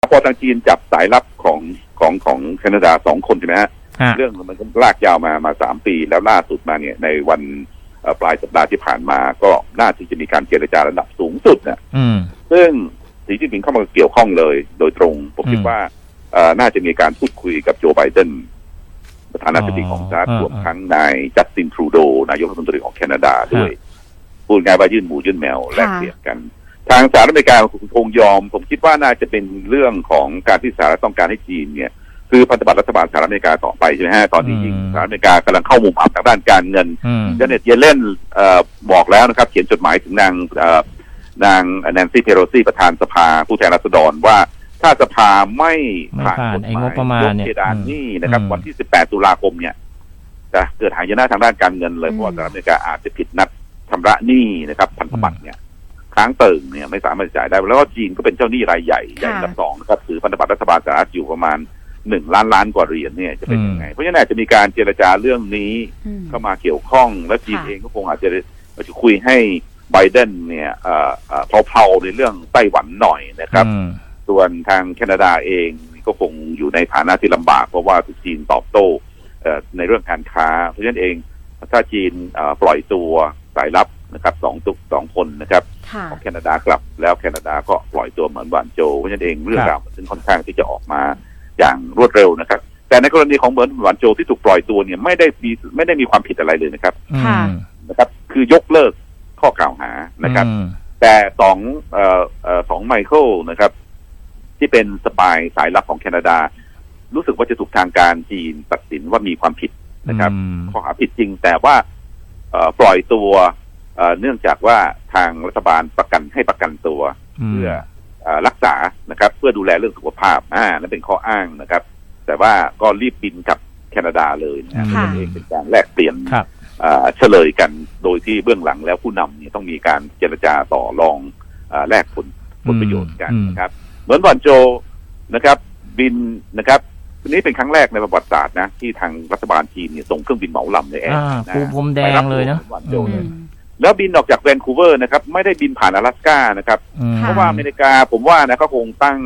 พอทางจีนจับสายลับของของของแคนาดาสองคนใช่ไหมฮะ ฮะ เรื่องมันก็ลากยาวมามาสามปีแล้วล่าสุดมาเนี่ยในวันเอ่อปลายสัปดาห์ที่ผ่านมา ก็น่าที่จะมีการเจรจาระดับสูงสุดนะ อืม ซึ่งสีจิ้นผิงเข้ามาเกี่ยวข้องเลย โดยตรง ผมคิด อืม ว่าเอ่อน่าจะมีการพูดคุยกับโจไบเดนประธานาธิบดี อ๋อ ของสหรัฐ อ่าร วมทั้งนายจัสตินทรูโด นายกรัฐมนตรีของแคนาดาด้วย พูดง่ายว่ายื่นหมูยื่นแมวแลกเปลี่ยนกัน ทางสหรัฐอเมริกาคงยอม ผมคิดว่าน่าจะเป็นเรื่องของการที่สหรัฐต้องการให้จีนเนี่ย คือพันธบัตรรัฐบาลสหรัฐอเมริกาต่อไปใช่ไหมฮะตอนนี้ อืม ยิ่งสหรัฐอเมริกากำลังเข้ามุมอับทางด้านการเงิน อืม เจเน็ตเยเลนเอ่อบอกแล้วนะครับ เขียนจดหมายถึงนางเอ่อนางแนนซี่เพโรซี่ประธานสภาผู้แทนราษฎรว่าถ้าสภาไม่ ไม่ ผ่าน ผ่าน กฎห ไอ้งบประมาณ ก เนี่ย เพดาน อืม หนี่นะครับ อืม วันที่ 18 ตุลาคมเนี่ยจะเกิดหายนะทางด้านการเงินเลย อืม เพราะว่าสหรัฐอเมริกาอาจจะผิดนัดชำระหนี้นะครับพันธบัตรเนี่ยค้างเติ่งเนี่ยไม่สามารถจ่ายได้ แล้วก็จีนก็เป็นเจ้าหนี้รายใหญ่ใหญ่อันดับสองนะครับถือพันธบัตรรัฐบาลสหรัฐอยู่ประมาณหนึ่งล้านล้านกว่าเหรียญเนี่ยจะเป็นยังไง เพราะฉะนั้นอาจจะมีการเจรจาเรื่องนี้ อืม เข้ามาเกี่ยวข้องและจีน ค่ะ เองก็คงอาจจะอาจจะคุยให้ไบเดนเนี่ยเอ่อเอ่อเพลาๆในเรื่องไต้หวันหน่อยนะครับ อืม ส่วนทางแคนาดาเองก็คงอยู่ในฐานะที่ลำบาก เพราะว่าถูกจีนตอบโต้เอ่อในเรื่องการค้า เพราะฉะนั้นเองถ้าจีนเอ่อปล่อยตัวสายลับนะครับสองตุกสองคนนะครับ ค่ะ ของแคนาดากลับแล้วแคนาดาก็ปล่อยตัวเหมือนหวานโจวเพราะฉะนั้นเองเรื่อง ครับ ราวมันซึ่งค่อนข้างที่จะออกมาอย่างรวดเร็วนะครับ แต่ในกรณีของเหมือนหวานโจวที่ถูกปล่อยตัวเนี่ยไม่ได้มีไม่ได้มีความผิดอะไรเลยนะครับ อืม ค่ะ นะครับคือยกเลิกข้อกล่าวหานะครับ อืม แต่สองเอ่อเอ่อสองไมเคิลนะครับ ที่เป็นสปายสายลับของแคนาดา รู้สึกว่าจะถูกทางการจีนตัดสินว่ามีความผิดนะครับ อืม ข้อหาผิดจริง แต่ว่าเอ่อปล่อยตัวเอ่อเนื่องจากว่าทางรัฐบาลประกันให้ประกันตัว เพื่อเอ่อรักษานะครับ เพื่อดูแลเรื่องสุขภาพอ่านั่นเป็นข้ออ้างนะครับ แต่ว่าก็รีบบินกลับแคนาดาเลยนะฮะ ค่ะ นั่นเองเป็นการแลกเปลี่ยน ครับ เอ่อเฉลยกันโดยที่เบื้องหลังแล้วผู้นำเนี่ยต้องมีการเจรจาต่อรองเออแลกผลผลประโยชน์กัน อืม นะครับ เหมือนบอนโจนะครับ บินนะครับนี่เป็นครั้งแรกในประวัติศาสตร์นะ ที่ทางรัฐบาลจีนเนี่ยส่งเครื่องบินเหมาลำในแอร์ อ่า นะ ปูพรมแด ไป ง บ เลยนะ หมือหวานโจ อื เลย ม แล้วบินออกจากแวนคูเวอร์นะครับ ไม่ได้บินผ่านอลาสก้านะครับ อืม เพ เพราะว่าอเมริกาผมว่านะก็คงตั้ง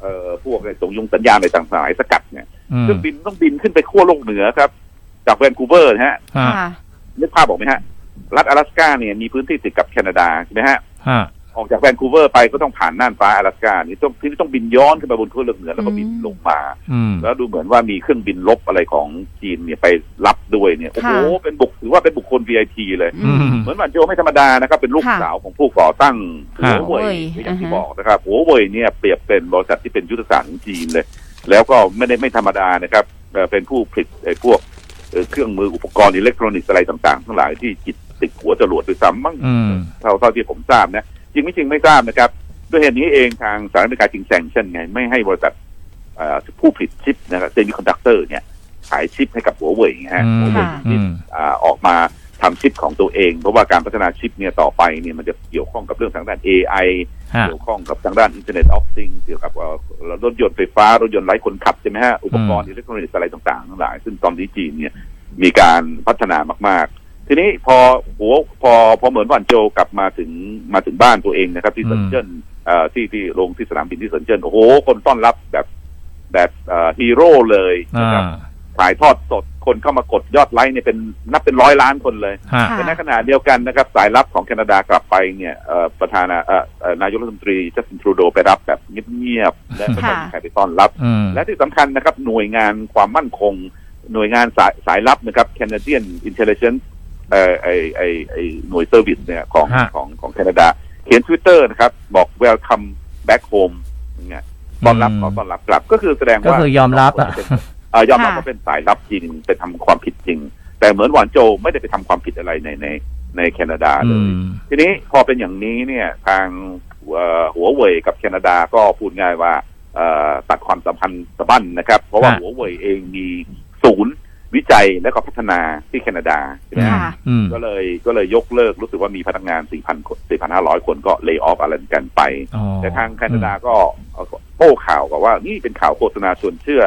เอ่อพวกอะไรสงยงสัญญาณอะไรต่างๆหลายสกัดเนี่ย อืม เครื่องบินต้องบินขึ้นไปขั้วโลกเหนือครับ จากแวนคูเวอร์นะฮะ ฮะ ค่ะ นึกภาพออกไหมฮะ รัฐอลาสก้าเนี่ยมีพื้นที่ติดกับแคนาดาใช่ไหมฮะ ฮะ ออกจากแวนคูเวอร์ไปก็ต้องผ่านน่านฟ้าอลาสก้านี่ต้องที่ต้องบินย้อนขึ้นไปบนขั้วโลกเหนือแล้วก็บิน อืม ลงมา อืม แล้วดูเหมือนว่ามีเครื่องบินลบอะไรของจีนเนี่ยไปรับด้วยเนี่ยโอ้โห ค่ะ เป็นบุคถือว่าเป็นบุคคล VIP เลย อืม เหมือนหวานโจไม่ธรรมดานะครับ เป็นลูก ค่ะ สาวของผู้ก่อตั้ง ค่ะ หัวเว่ย โอ้ย อย่างที่ อ่าฮะ บอกนะครับหัวเว่ยเนี่ยเปรียบเป็นบริษัทที่เป็นยุทธศาสตร์ของจีนเลย แล้วก็ไม่ได้ไม่ธรรมดานะครับเอ่อเป็นผู้ผลิตไอ้พวกเอ่อเครื่องมืออุปกรณ์อิเล็กทรอนิกส์อะไรต่างๆ ทั้งหลายที่จิตติดหัวจรวดด้วยซ้ำมั้ง อืม เท่าเท่าที่ผมทราบนะจริงไม่จริงไม่ทราบนะครับ ด้วยเหตุนี้เองทางสหรัฐอเมริกาจึงแซงชั่นไง ไม่ให้บริษัทเอ่อผู้ผลิตชิปนะครับเซมิคอนดักเตอร์เนี่ยขายชิปให้กับหัวเว่ยไงฮะ อืม หัวเว่ย ค่ะ ที่ อืม อาออกมาทำชิปของตัวเอง เพราะว่าการพัฒนาชิปเนี่ยต่อไปเนี่ยมันจะเกี่ยวข้องกับเรื่องทางด้าน AI ฮะ เกี่ยวข้องกับทางด้าน Internet of Things เกี่ยวกับเอ่อรถยนต์ไฟฟ้า รถยนต์ไร้คนขับใช่ไหมฮะ อุปกรณ์อิเล็กทรอนิกส์อะไรต่างๆทั้งหลาย ซึ่งตอนนี้จีนเนี่ยมีการพัฒนามาก ๆ ทีนี้พอหัวพอพอเหมือนวันโจกลับมาถึงมาถึงบ้านตัวเองนะครับ ที่ อืม เซินเจิ้นเอ่อที่ที่ลงที่สนามบินที่เซินเจิ้นโอ้โหคนต้อนรับแบบแบบเอ่อฮีโร่เลย อ่า นะครับ ถ่ายทอดสดคนเข้ามากดยอดไลค์เนี่ยเป็นนับเป็นร้อยล้านคนเลย ฮะ ค่ะ แต่ในขณะเดียวกันนะครับ สายลับของแคนาดากลับไปเนี่ยเอ่อประธานาเอ่อเอ่อนายกรัฐมนตรีจัสตินทรูโดไปรับแบบเงียบๆและไม่ค่อยมีใครไปต้อนรับ อืม และที่สำคัญนะครับ หน่วยงานความมั่นคง หน่วยงานสายสายลับนะครับ Canadian Intelligence เอ่อไอไอไอหน่วยเซอร์วิสเนี่ยของ ฮะ ของของแคนาดา เขียนทวิตเตอร์นะครับ บอก welcome back home เนี่ยต้อนรับขอต้อนรับกลับก็คือแสดงว่า ก็คือยอมรับอ่ะ เอ่อยอมรับ ค่ะ ว่าเป็นสายลับจริงไปทำความผิดจริง แต่เหมือนหวานโจวไม่ได้ไปทำความผิดอะไรในในในแคนาดาเล อื ย ม ทีนี้พอเป็นอย่างนี้เนี่ยทางเอ่อหัวเว่ยกับแคนาดาก็พูดง่ายว่าเอ่อตัดความสัมพันธ์สะบั้นนะครับ เพราะว่า ค่ะ หัวเว่ยเองมีศูนย์วิจัยและก็พัฒนาที่แคนาดาใช่ไหมฮะ ค่ะ อืม ก็เลยก็เลยยกเลิกรู้สึกว่ามีพนักงาน 4,000คน4,500 คนก็เลิกออฟอะไรกันไป อ๋อ แต่ทางแคนาดาก็เอาโต้ข่าวกับว่านี่เป็นข่าวโฆษณาชวนเชื่อ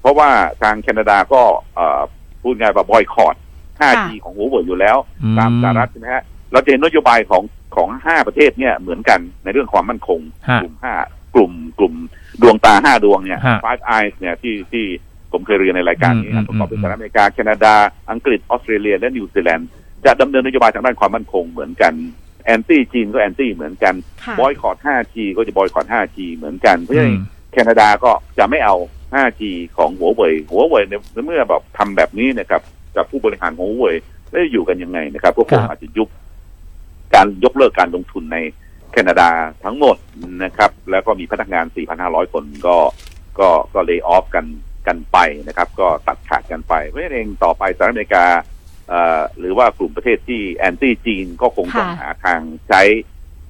เพราะว่าทางแคนาดาก็เอ่อพูดง่ายว่าบอยคอต 5G ของหัวเว่ยอยู่แล้ว อื ตามสหรัฐใช่ไหมฮะเราจะเห็นนโยบายของของ 5 ประเทศเนี่ยเหมือนกันในเรื่องความมั่นคง ฮะ กลุ่ม 5 กลุ่มกลุ่ม ดวงตาห้าดวงเนี่ย ฮะ five eyes เนี่ยที่ที่ผมเคยเรียนในรายการนี้ อืม ประกอบ อืม ด้วยสหรัฐอเมริกา แคนาดา อังกฤษ ออสเตรเลีย และนิวซีแลนด์จะดำเนินนโยบายทางด้านความมั่นคงเหมือนกันแอนตี้จีนก็แอนตี้เหมือนกัน ค่ะ บอยคอร 5G ก็จะบอยคอร 5G เหมือนกันเพราะฉะนั้ อื น ม แคนาดาก็จะไม่เอา 5G ของหัวเว่ยหัวเว่ยเนี่ยเมื่อแบบทำแบบนี้นะครับกับผู้บริหารของหัวเว่ยแล้วจะอยู่กันยังไงนะครับก็คง ครับ อาจจะยุบการยกเลิกการลงทุนใน แคนาดาทั้งหมดนะครับ แล้วก็มีพนักงาน 4,500 คนก็ก็ก็เล y off กันกันไปนะครับ ก็ตัดขาดกันไป เพราะฉะนั้นเองต่อไปสหรัฐอเมริกาเอ่อหรือว่ากลุ่มประเทศที่แอนตี้จีนก็คงต้อง ค่ะ หาทางใช้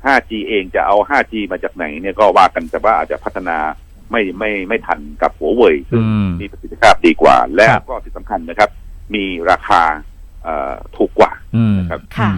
5G เองจะเอา 5G มาจากไหนเนี่ยก็ว่ากันแต่ว่าอาจจะพัฒนาไม่ไม่ไม่ทันกับหัวเว่ยซึ่ง อืม มีประสิทธิภาพดีกว่า และ ครับ ก็ที่สำคัญนะครับ มีราคาเอ่อถูกกว่า อืม ครับ ค่ะ อืม